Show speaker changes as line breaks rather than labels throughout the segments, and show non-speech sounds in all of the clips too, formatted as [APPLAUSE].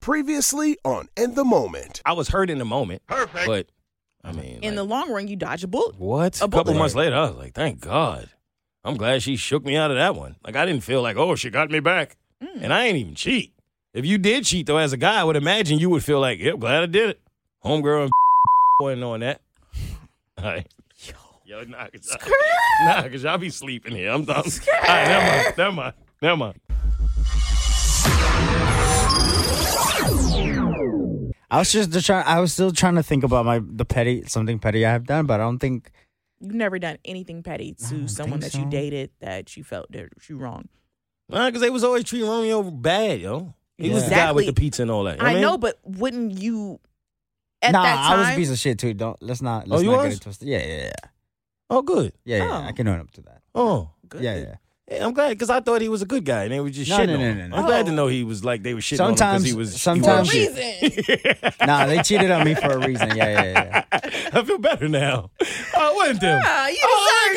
Previously on In the Moment.
I was hurt in the moment. Perfect. But I mean,
In the
like,
long run, you dodge a bullet.
what?
a
A couple
bullet.
months later, I was like, thank God. I'm glad she shook me out of that one. Like I didn't feel like, oh, she got me back.
Mm.
And I ain't even cheat. If you did cheat though, as a guy, I would imagine you would feel like, yep, glad I did it. Homegirl and [LAUGHS] wasn't on that. [LAUGHS] All right. Yo, nah, cause, I, [LAUGHS] nah, cause y'all be sleeping here. I'm done. [LAUGHS] All right, never mind. Never mind. Never mind.
I was just trying. I was still trying to think about my the petty something petty I have done, but I don't think
You've never done anything petty to someone that
think
you
so.
dated that you felt that you wrong.
Nah, cause they was always treating Romeo bad, yo. He was the guy
Exactly.
with the pizza and all that.
I,
mean,
know, but wouldn't you? At
nah,
that time,
I was a piece of shit too. Don't let's not let's
Oh, you
not
was?
get it twisted. Yeah, yeah, yeah,
Oh, good.
yeah, yeah.
Oh.
I can own up to that.
Oh.
Good.
Yeah, yeah.
Yeah, I'm glad because I thought he was a good guy and they were just
No,
shitting
no,
on
no,
him.
no, no.
I'm glad
Oh.
to know he was like they were shitting on him
Sometimes-
because he was.
sometimes-
he was
reason.
[LAUGHS] shit.
[LAUGHS] Nah, they cheated on me for a reason. Yeah, yeah, yeah.
[LAUGHS] I feel better now. Oh, it wasn't them.
Ah, you
oh,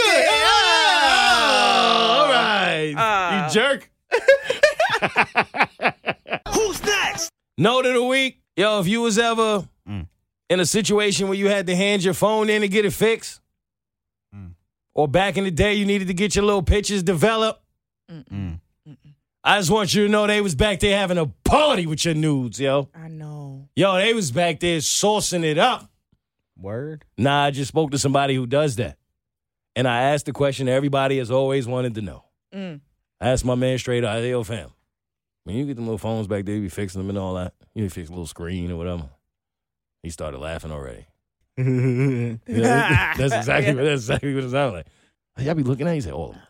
good. Oh, all
deserved it. Ah.
right.
Ah.
you jerk.
[LAUGHS]
Who's next?
Note of the week. Yo, if you was ever
Mm.
in a situation where you had to hand your phone in to get it fixed,
Mm.
or back in the day you needed to get your little pictures developed,
[LAUGHS]
Mm.
I just want you to know they was back there having a party with your nudes, yo.
I know.
Yo, they was back there saucing it up. [LAUGHS]
Word.
Nah, I just spoke to somebody who does that. And I asked the question everybody has always wanted to know.
Mm.
I asked my man straight out, yo, fam, when you get them little phones back there, you be fixing them and all that. You fix a little screen or whatever. He started laughing already. [LAUGHS] Yeah, that's exactly what that's exactly what it sounded like. Hey, Y'all be looking at it, you say, all of them.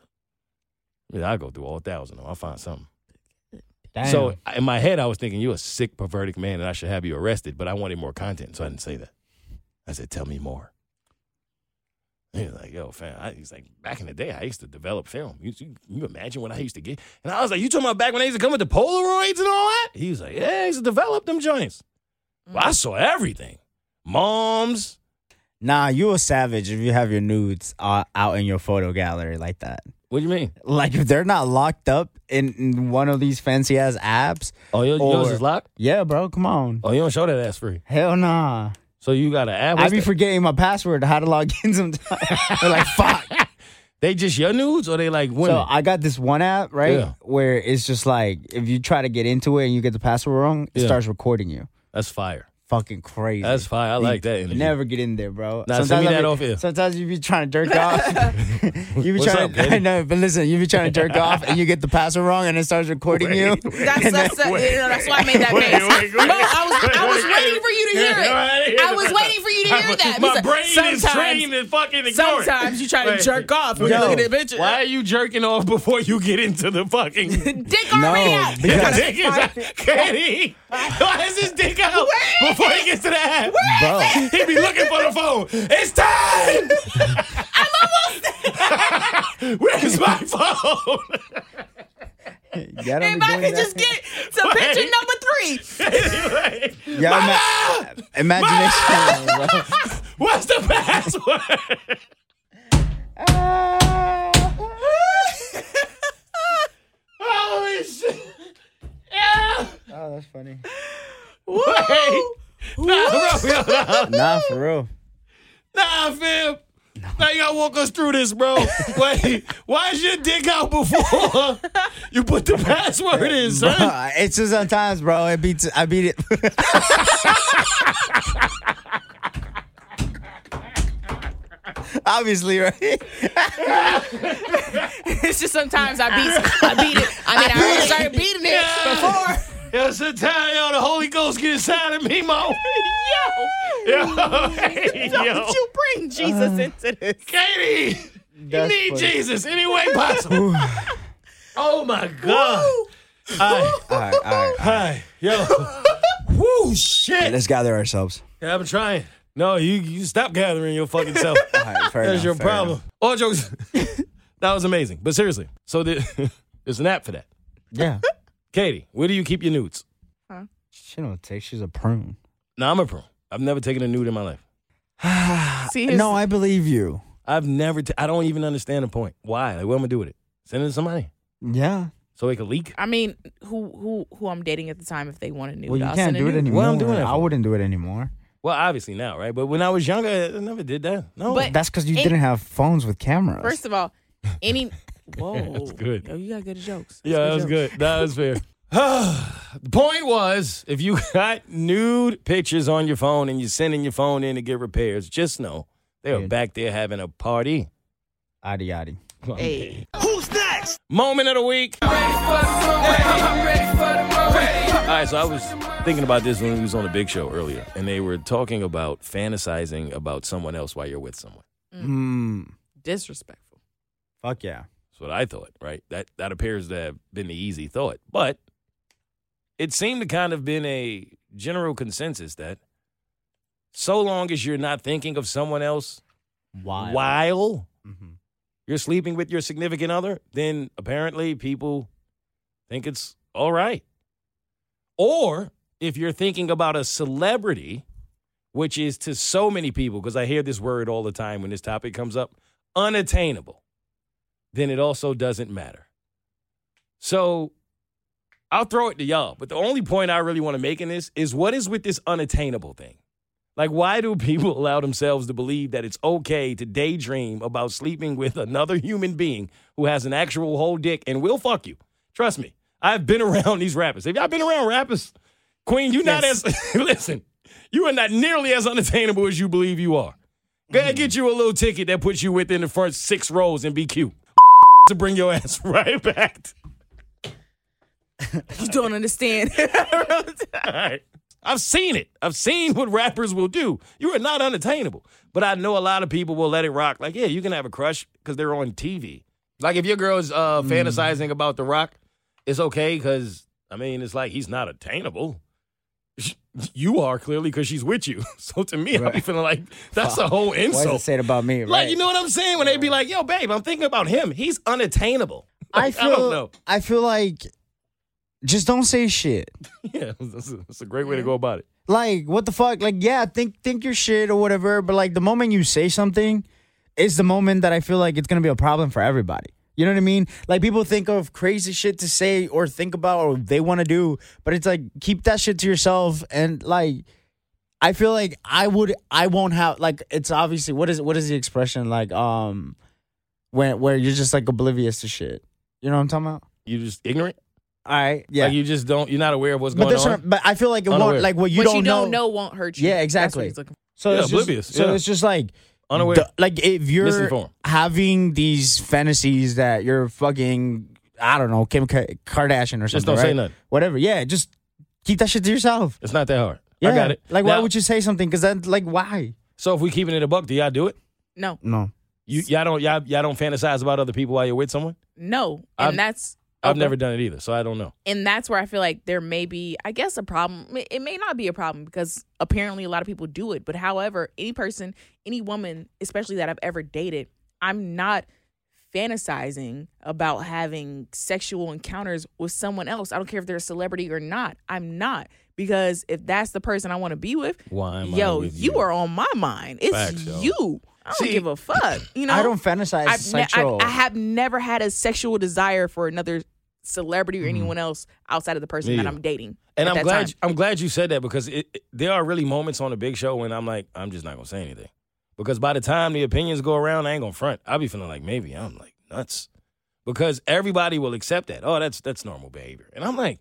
Yeah, I go through all thousand of them. I'll find something.
Damn.
So in my head, I was thinking, you're a sick, perverted man and I should have you arrested, but I wanted more content, so I didn't say that. I said, tell me more. He was like, yo, fam. I, he's like, back in the day, I used to develop film. You, you, you imagine what I used to get? And I was like, you talking about back when they used to come with the Polaroids and all that? He was like, yeah, I used to develop them joints. Well, I saw everything. Moms.
nah, you a savage if you have your nudes uh, out in your photo gallery like that.
What do you mean?
Like if they're not locked up in, in one of these fancy ass apps.
Oh, your, yours
Or-
is locked?
Yeah, bro. Come on.
Oh, you don't show that ass free.
Hell nah.
So you got an app.
I
What's
be
that?
forgetting my password to how to log [LAUGHS] in sometimes. They're like, fuck.
[LAUGHS] they just your nudes or they like women?
So I got this one app, right?
Yeah.
Where it's just like if you try to get into it and you get the password wrong, it
Yeah.
starts recording you.
That's fire.
Fucking crazy.
That's fire. I like that energy.
Never get in there, bro.
Nah, send me
I
that
be-
off here.
Sometimes you be trying to [LAUGHS] jerk off. you be
What's
trying
up,
to, [LAUGHS]
baby?
I know, but listen, you be trying to jerk off and you get the password wrong and it starts recording you.
That's, that's, that- you know, that's why I made that
[LAUGHS] Wait,
face.
wait, wait.
No, I was, I was
Wait,
waiting for you to hear it. I was waiting for you to hear that.
My
Because
brain is
sometimes-
trained to fucking ignore it.
Sometimes you try to
Wait.
jerk off when you
Yo,
look at the picture.
Why are you jerking off before you get into the
[LAUGHS]
fucking?
Dick already
No,
out.
because-
Your dick is out. Katie, why is his dick out before he gets to the app?
[LAUGHS] Bro.
He be looking for the phone. It's time.
[LAUGHS]
I'm almost. [LAUGHS] Where's my phone? [LAUGHS]
Y'all don't
If
be
I
doing
could
that.
just get to picture number three.
Anyway,
Y'all ima- [LAUGHS] imagination. bro.
what's the password? Holy shit. Yeah.
Oh, that's funny.
Wait. Nah, bro. Nah,
Nah, for [LAUGHS] real.
[LAUGHS] nah fam. Now you gotta walk us through this, bro. Wait, why is your dick out before you put the password in, son?
Bro, it's just sometimes, bro. It beats. I beat it. [LAUGHS] Obviously, right?
It's just sometimes I beat, I beat it. I mean, I already started beating it before.
Yo, sit down, yo. The Holy Ghost get inside of me, mo. Yo, hey, yo.
Don't you bring Jesus into this?
Katie, you
That's
need
funny.
Jesus any way possible. oh my God.
Woo.
Hi,
[LAUGHS] All right, all right.
hi, yo. Woo, shit.
Let's gather ourselves.
Yeah, I've been trying. No, you you stop gathering your fucking self.
All right, [LAUGHS] fair
That's
enough,
your
fair
problem.
enough.
All jokes. [LAUGHS] that was amazing. But seriously, so the, [LAUGHS] there's an app for that.
Yeah.
Katie, where do you keep your nudes?
she don't take. She's a prune.
Now I'm a pro. I've never taken a nude in my life.
See, here's-
No, I believe you.
I've never. T- I don't even understand the point. Why? Like, what am I gonna do with it? Send it to somebody
Yeah.
so it can leak.
I mean, who who who I'm dating at the time if they want a nude?
Well, you
I'll send
can't
a
do it
nude.
anymore.
Well, I'm doing it
I
for-
wouldn't do it anymore.
Well, obviously now, right? But when I was younger, I never did that. No.
But-
That's because you
it-
didn't have phones with
[LAUGHS]
cameras.
First of all,
[LAUGHS]
any. Whoa,
That's good.
Yo, you got good jokes.
yeah, that was
jokes.
good. That was fair. [LAUGHS] the point was, if you got nude pictures on your phone and you're sending your phone in to get repairs, just know they are
Yeah.
back there having a party.
Adi adi.
Hey,
Who's next?
[LAUGHS] Moment of the week. All right, so I was thinking about this when we was on the Big Show earlier, and they were talking about fantasizing about someone else while you're with someone.
Mm.
disrespectful. [LAUGHS]
Fuck yeah.
That's what I thought, right? That that appears to have been the easy thought, but it seemed to kind of been a general consensus that so long as you're not thinking of someone else
Why?
while
Mhm.
you're sleeping with your significant other, then apparently people think it's all right. Or if you're thinking about a celebrity, which is to so many people, because I hear this word all the time when this topic comes up, unattainable, then it also doesn't matter. So I'll throw it to y'all. But the only point I really want to make in this is what is with this unattainable thing? Like, why do people [LAUGHS] allow themselves to believe that it's okay to daydream about sleeping with another human being who has an actual whole dick and will fuck you? Trust me, I've been [LAUGHS] around these rappers. Have y'all been around rappers? Queen, you not
Yes.
as, [LAUGHS] listen, you are not nearly as unattainable as you believe you are. Go ahead, get you a little ticket that puts you within the front six rows and be cute. [LAUGHS] To bring your ass [LAUGHS] right back.
You don't understand.
All right. I've seen it. I've seen what rappers will do. You are not unattainable. But I know a lot of people will let it rock. Like, yeah, you can have a crush because they're on TV. Like, if your girl's
Mm.
uh, fantasizing about The Rock, it's okay because, I mean, it's like he's not attainable. [LAUGHS] You are clearly because she's with you. [LAUGHS] So to me, I'll be
Right.
feeling
[LAUGHS]
like that's a whole
Why
insult.
is it said about me?
Like,
right?
you know what I'm saying? When they be like, yo, babe, I'm thinking about him. He's unattainable.
I
Like,
feel.
[LAUGHS] I don't know.
I feel like. Just don't say shit.
Yeah, that's a, that's a great way to go about it.
Like, what the fuck? Like, yeah, think think your shit or whatever, but like the moment you say something is the moment that I feel like it's gonna be a problem for everybody. You know what I mean? Like people think of crazy shit to say or think about or they wanna do, but it's like keep that shit to yourself and like I feel like I would I won't have like it's obviously what is what is the expression like um when where you're just like oblivious to shit. You know what I'm talking about?
You just ignorant?
All right. Yeah.
Like you just don't. You're not aware of what's
but
going
there's
on.
certain- but I feel like it won't
Unaware.
like what you
what
don't
you don't know. won't hurt you. That's
Yeah,
what
exactly.
he's looking
So
Yeah,
it's just-
oblivious,
so
yeah.
it's just like
Unaware.
the- like if you're
Misinformed.
having these fantasies that you're fucking, I don't know, Kim Ka- Kardashian or something.
Just don't say
right?
nothing.
Whatever. Yeah, just keep that shit to yourself.
it's not that hard.
Yeah.
I got it.
Like, why
Now,
would you say something? Because then, like, why?
So if we keeping it a buck, do y'all do it?
for. No,
No.
You y'all don't y'all, y'all don't fantasize about other people while you're with someone.
no, and
I've-
that's
I've
okay.
never done it either, so I don't know.
and that's where I feel like there may be, I guess, a problem. It- It may not be a problem because apparently a lot of people do it. But however, any person, any woman, especially that I've ever dated, I'm not fantasizing about having sexual encounters with someone else. I don't care if they're a celebrity or not. I'm not because if that's the person I want to be with,
Why am I
yo,
with
you
you?
are on my mind. It's
Facts, yo.
you. I don't
See,
give a fuck. You know,
I don't fantasize
I've ne-
sexual.
I, I have never had a sexual desire for another celebrity or anyone else outside of the person
Mm-hmm. Me
that
either.
I'm dating.
And
at
I'm
that
glad
time.
I'm glad you said that because it, it- there are really moments on the big show when I'm like I'm just not gonna say anything because by the time the opinions go around, I ain't gonna front. I'll be feeling like maybe I'm like nuts because everybody will accept that. Oh, that's that's normal behavior, and I'm like,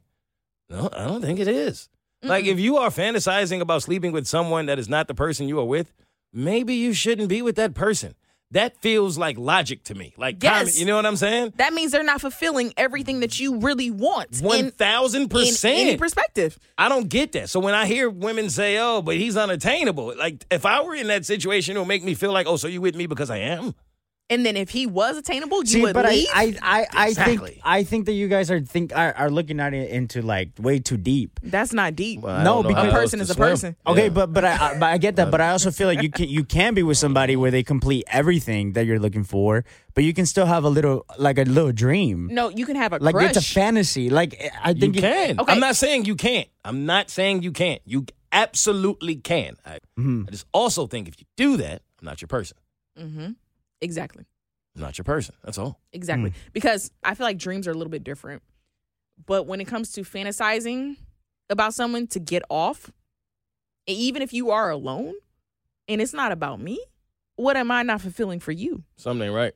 no, I don't think it is. Like if you are fantasizing about sleeping with someone that is not the person you are with, maybe you shouldn't be with that person. That feels like logic to me. Like common-
Yes.
you know what I'm saying?
that means they're not fulfilling everything that you really want
One
in,
thousand
in
percent.
any perspective.
I don't get that. So when I hear women say, "Oh, but he's unattainable," like if I were in that situation, it would make me feel like, "Oh, so you with me because I am?"
And then if he was attainable, you
See,
would
but I,
leave.
I, I, I think
Exactly.
I think that you guys are think are, are looking at it into like way too deep.
That's not deep.
Well, I don't
No,
know
because-
how
A
else
person
to
is a
swim.
person.
Okay,
Yeah.
but but I, I but I get that, but I also feel like you can you can be with somebody where they complete everything that you're looking for, but you can still have a little like a little dream,
no, you can have a
like
crush.
it's a fantasy. Like I
you
think it-
can.
okay.
I'm not saying you can't. I'm not saying you can't. You absolutely can. I, I just also think if you do that, I'm not your person.
hmm Exactly.
I'm not your person. That's all.
Exactly. Because I feel like dreams are a little bit different. But when it comes to fantasizing about someone to get off, and even if you are alone and it's not about me, what am I not fulfilling for you?
Something ain't right.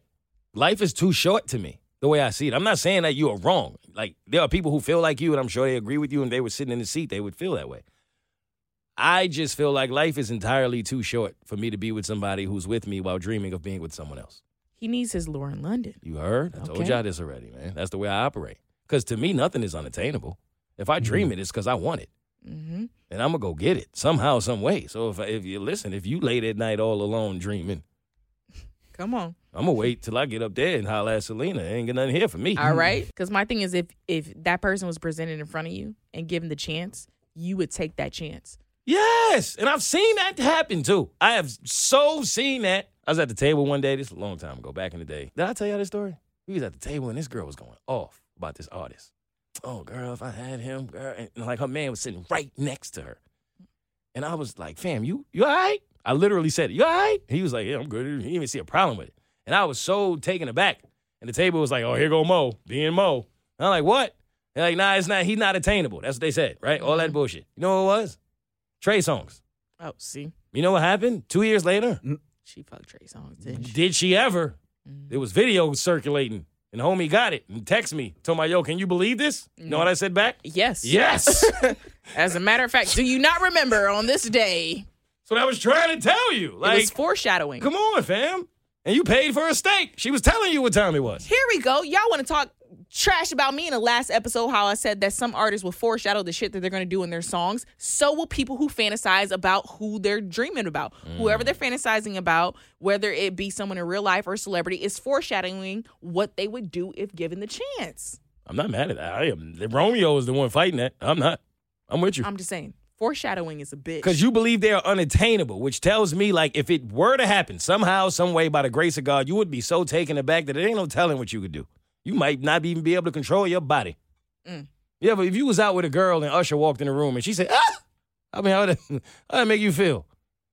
Life is too short to me, the way I see it. I'm not saying that you are wrong. Like, there are people who feel like you, and I'm sure they agree with you, and they were sitting in the seat, they would feel that way. I just feel like life is entirely too short for me to be with somebody who's with me while dreaming of being with someone else.
He needs his Lauren London.
You heard? I told
Okay.
y'all this already, man. That's the way I operate. Because to me, nothing is unattainable. If I dream
Mm-hmm.
it, it's because I want it.
hmm
And I'm going to go get it somehow, some way. So if, I- if you listen, if you late at night all alone dreaming,
Come on.
I'm going to wait till I get up there and holler at Selena. Ain't got nothing here for me.
All right. Because my thing is, if if that person was presented in front of you and given the chance, you would take that chance.
Yes, and I've seen that happen too. I have so seen that. I was at the table one day. This is a long time ago, back in the day. Did I tell y'all this story? We was at the table and this girl was going off about this artist. Oh, girl, if I had him, girl, and, and, like her man was sitting right next to her, and I was like, "Fam, you you all right?" I literally said, "You all right?" He was like, "Yeah, I'm good." He didn't even see a problem with it, and I was so taken aback. And the table was like, "Oh, here go Mo, being Mo." And I'm like, "What?" They're like, "Nah, it's not. He's not attainable." That's what they said, right? All that bullshit. You know what it was? Trey songs.
Oh, see,
You know what happened? Two years later,
she fucked Trey Songz, didn't she?
did she ever?
Mm.
There was video circulating, and homie got it and text me. Told my yo, can you believe this? You know what I said back?
Yes.
Yes.
[LAUGHS] As a matter of fact, do you not remember on this day?
so I was trying to tell you,
it
like,
was foreshadowing.
come on, fam. And you paid for a steak. She was telling you what time it was.
Here we go. Y'all want to talk trash about me in the last episode? How I said that some artists will foreshadow the shit that they're going to do in their songs. So will people who fantasize about who they're dreaming about. Whoever they're fantasizing about, whether it be someone in real life or a celebrity, is foreshadowing what they would do if given the chance.
I'm not mad at that. I am. Romeo is the one fighting that. I'm not. I'm with you.
I'm just saying, foreshadowing is a bitch.
Because you believe they are unattainable, which tells me, like, if it were to happen somehow, some way, by the grace of God, you would be so taken aback that it ain't no telling what you could do. You might not even be able to control your body.
Mm.
Yeah, but if you was out with a girl and Usher walked in the room and she said, ah, I mean, how would that, [LAUGHS] how that make you feel?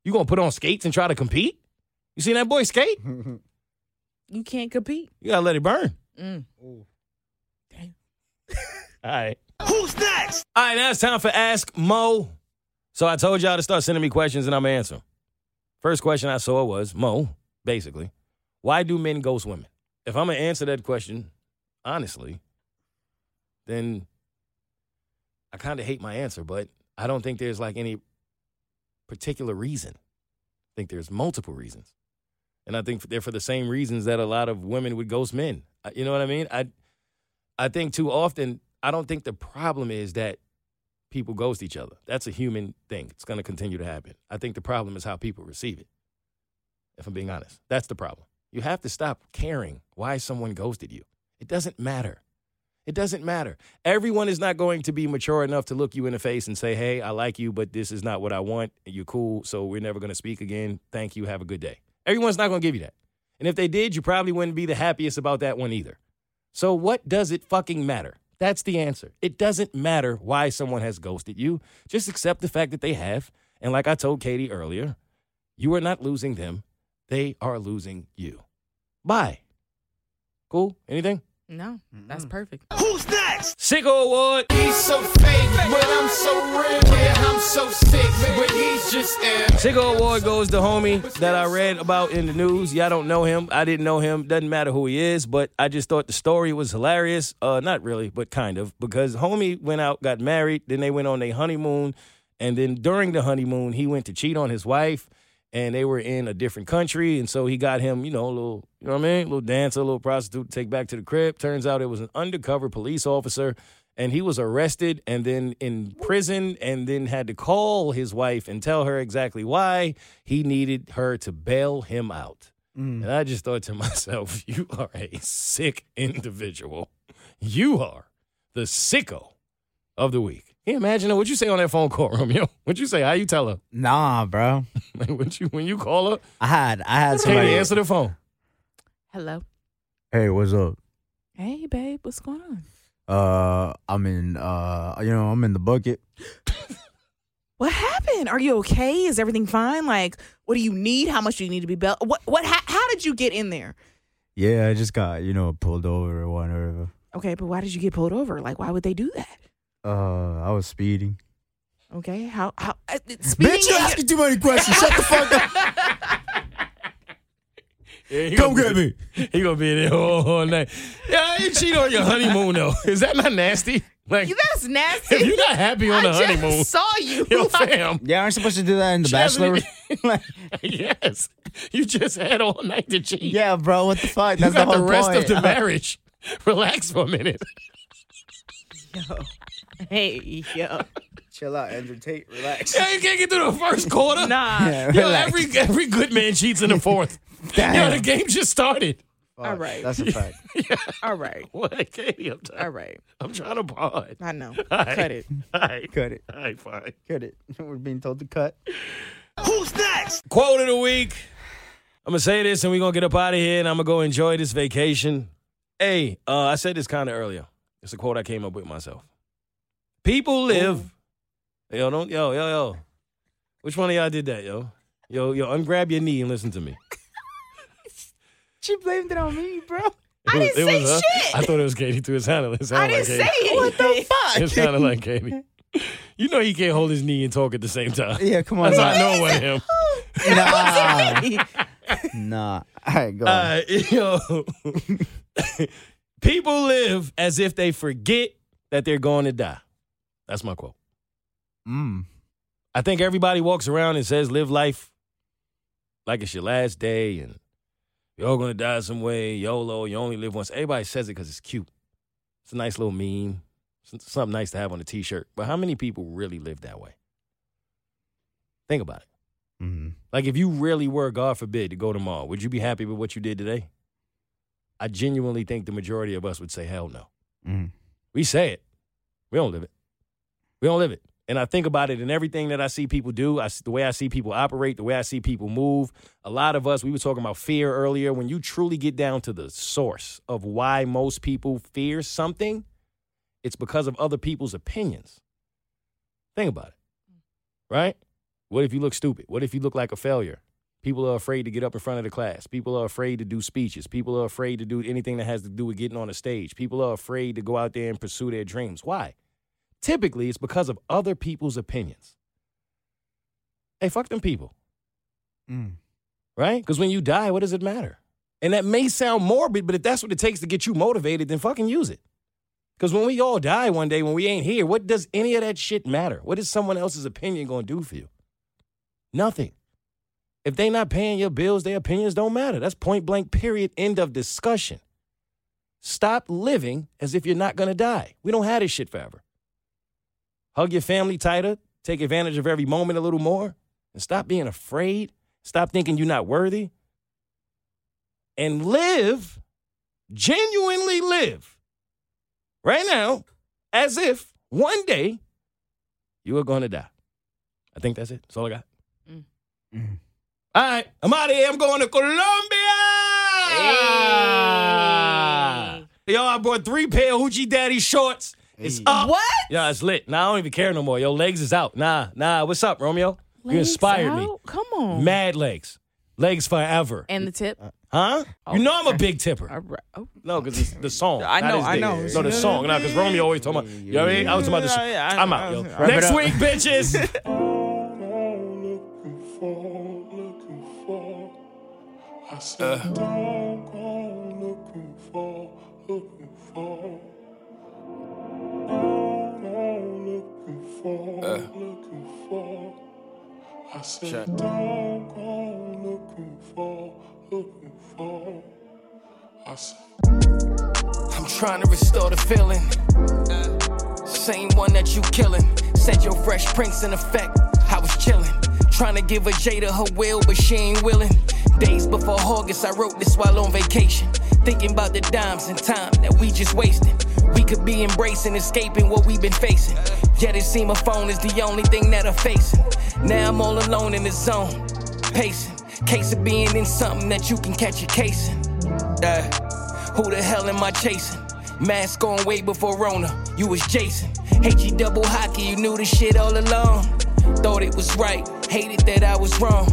You gonna put on skates and try to compete? You seen that boy skate?
you can't compete.
You gotta let it burn.
Mm.
[LAUGHS] All right.
Who's next?
All right, now it's time for Ask Mo. So I told y'all to start sending me questions and I'm gonna answer 'em. First question I saw was Mo, basically, why do men ghost women? If I'm gonna answer that question honestly, then I kind of hate my answer, but I don't think there's like any particular reason. I think there's multiple reasons, and I think they're for the same reasons that a lot of women would ghost men. I- You know what I mean? I I think too often, I don't think the problem is that people ghost each other. That's a human thing. It's going to continue to happen. I think the problem is how people receive it, if I'm being honest. That's the problem. You have to stop caring why someone ghosted you. It doesn't matter. It doesn't matter. Everyone is not going to be mature enough to look you in the face and say, hey, I like you, but this is not what I want. You're cool, so we're never going to speak again. Thank you. Have a good day. Everyone's not going to give you that. And if they did, you probably wouldn't be the happiest about that one either. So, what does it fucking matter? That's the answer. It doesn't matter why someone has ghosted you. Just accept the fact that they have. And like I told Katie earlier, you are not losing them, they are losing you. Bye. Cool? Anything?
No, that's perfect.
Who's next?
Sicko Award.
He's so fake, but I'm so real. Yeah, I'm so sick, but he's just ill.
Sicko Award goes to homie that I read about in the news. Y'all don't know him. I didn't know him. Doesn't matter who he is, but I just thought the story was hilarious. Uh, not really, but kind of, because homie went out, got married, then they went on their honeymoon, and then during the honeymoon, he went to cheat on his wife, and they were in a different country, and so he got him, you know, a little, you know what I mean, a little dancer, a little prostitute, to take back to the crib. Turns out it was an undercover police officer and he was arrested and then in prison and then had to call his wife and tell her exactly why he needed her to bail him out.
Mm.
And I just thought to [LAUGHS] myself, you are a sick individual. You are the sicko of the week. Can you imagine what you say on that phone call, [LAUGHS] Romeo? What you say? How you tell her? [LAUGHS]
Nah, bro.
Like, what you when you call her?
I had I had
Can't
somebody.
answer the phone.
Hello.
Hey, what's up?
Hey, babe. What's going on?
Uh, I'm in. Uh, you know, I'm in the bucket.
What happened? Are you okay? Is everything fine? Like, what do you need? How much do you need to be belt? What? What? How, how did you get in there?
Yeah, I just got you know pulled over or whatever.
Okay, but why did you get pulled over? Like, why would they do that?
Uh, I was speeding.
Okay, how? How? Uh, speeding.
Bitch,
[LAUGHS]
you're asking too many questions. Shut the fuck up.
Yeah, he
Come
gonna
get
be-
me.
He gonna be in there all, all night. Yeah, you cheat on your honeymoon though. [LAUGHS] Is that not nasty? Like
That's nasty.
if you're not happy on the
I just
honeymoon, [LAUGHS]
saw you. [LAUGHS]
yo fam.
Yeah, aren't you supposed to do that in The Bachelor?
[LAUGHS] Jasmine- yes, you just had all night to cheat.
yeah, bro. What the fuck?
you
That's
got
the
the,
whole
rest
point.
of the marriage. [LAUGHS] Relax for a
[LAUGHS]
minute.
Hey, yo. Uh,
Chill out, Andrew Tate. Relax.
Yeah, you can't get through the first quarter.
Nah.
[LAUGHS] Yeah,
Yo,
relax.
every every good man cheats in the
[LAUGHS]
fourth. Yo,
Damn.
the game just started. [LAUGHS]
Fuck,
All right.
That's a fact.
All right.
What, Katie? I'm, try-
All right.
I'm trying to pod.
I know.
Alright.
Cut it.
[LAUGHS] All right,
[LAUGHS] Cut it.
all right, fine.
Cut it. [LAUGHS] We're being told to cut.
Who's next?
Quote of the week. I'm gonna say this, and we're gonna get up out of here, and I'm gonna go enjoy this vacation. Hey, uh, I said this kind of earlier. It's a quote I came up with myself. People live. Yo, don't yo yo yo. Which one of y'all did that, yo? Yo yo, ungrab your knee and listen to me.
She blamed it on me, bro.
I
didn't say shit.
I thought it was Katie too. It sounded, it sounded
I didn't
like
say
Katie.
it. What the
Fuck.
It sounded like Katie. You know he can't hold his knee and talk at the same time.
Yeah, come on.
That's how I
Nah.
know it wasn't him. [LAUGHS]
Nah. [LAUGHS] nah. All right, go. on.
Uh, [LAUGHS] yo, people live as if they forget that they're going to die. That's my quote.
Mm.
I think everybody walks around and says, "Live life like it's your last day," and you're all gonna die some way. YOLO, you only live once. Everybody says it because it's cute. It's a nice little meme. It's something nice to have on a T-shirt. But how many people really live that way? Think about it.
Mm.
Like if you really were, God forbid, to go tomorrow, would you be happy with what you did today? I genuinely think the majority of us would say, hell no.
Mm.
We say it. We don't live it. We don't live it. And I think about it in everything that I see people do, I, the way I see people operate, the way I see people move. A lot of us, we were talking about fear earlier. When you truly get down to the source of why most people fear something, it's because of other people's opinions. Think about it, right? What if you look stupid? What if you look like a failure? People are afraid to get up in front of the class. People are afraid to do speeches. People are afraid to do anything that has to do with getting on a stage. People are afraid to go out there and pursue their dreams. Why? Typically, it's because of other people's opinions. Hey, fuck them people,
Mm.
right? Because when you die, what does it matter? And that may sound morbid, but if that's what it takes to get you motivated, then fucking use it. Because when we all die one day, when we ain't here, what does any of that shit matter? What is someone else's opinion going to do for you? Nothing. If they not paying your bills, their opinions don't matter. That's point blank, period, end of discussion. Stop living as if you're not going to die. We don't have this shit forever. Hug your family tighter, take advantage of every moment a little more, and stop being afraid. Stop thinking you're not worthy. And live, genuinely live right now as if one day you are going to die. I think that's it. That's all I got.
Mm.
All right, I'm out of here. I'm going to Colombia. Yo, I bought three pair of Hoochie Daddy shorts. It's
Hey.
up.
What?
Yeah, it's lit. Nah, I don't even care no more. Yo, legs is out. Nah, nah. What's up, Romeo? you
Legs
inspired
out? Come on.
me. Mad legs. Legs forever.
Mm. and the tip.
huh? You know I'm a big tipper.
All right. Oh,
No, because it's the song.
I
not
know,
his
I
dick.
know.
No, the song. No, because Romeo always talking about, you know what I mean? I was talking about this. I'm out, yo.
it
Next
up.
week,
[LAUGHS]
bitches.
I said, don't go looking for, looking for. Don't go looking for, looking for. I said, don't go looking for, looking for. I said,
I'm trying to restore the feeling. Same one that you killing. Said your fresh prince in effect. I was chilling. Trying to give a Jada her will, but she ain't willing. Days before August, I wrote this while on vacation. Thinking about the dimes and time that we just wasted. We could be embracing, escaping what we've been facing. Yet it seems a phone is the only thing that I'm facing. Now I'm all alone in the zone, pacing. Case of being in something that you can catch a case in. Uh, who the hell am I chasing? Mask on way before Rona, you was Jason. Hate you double hockey, you knew the shit all along. Thought it was right, hated that I was wrong.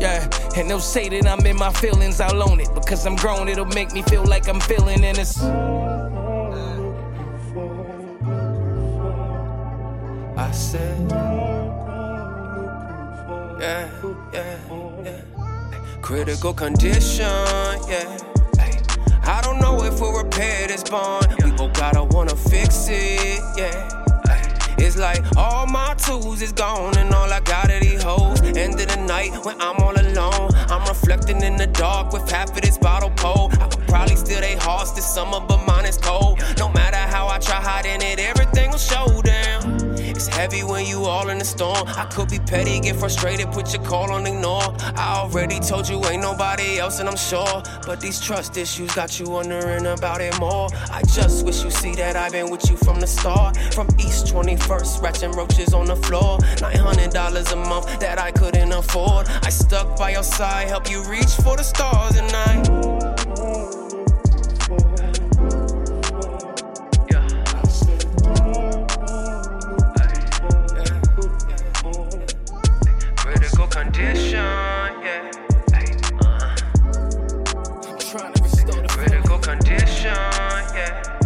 Yeah, and they'll say that I'm in my feelings, I'll own it. Because I'm grown, it'll make me feel like I'm feeling and it's. I said, yeah, yeah, yeah. Critical condition, yeah. Ay, I don't know if a repair is born. We both gotta wanna fix it, yeah. Ay, It's like all my tools is gone and all I got are these hoes. End of the night when I'm all alone, I'm reflecting in the dark with half of this bottle cold. I could probably steal they hearts this summer, but mine is cold. No matter how I try hiding it, everything will show down. It's heavy when you all in the storm. I could be petty, get frustrated, put your call on ignore. I already told you ain't nobody else, and I'm sure. But these trust issues got you wondering about it more. I just wish you see that I've been with you from the start. From East 21st, ratchet roaches on the floor. $900 a month that I couldn't afford. I stuck by your side, help you reach for the stars, and I. Critical condition, yeah. uh. I'm trying to restore the critical condition, yeah.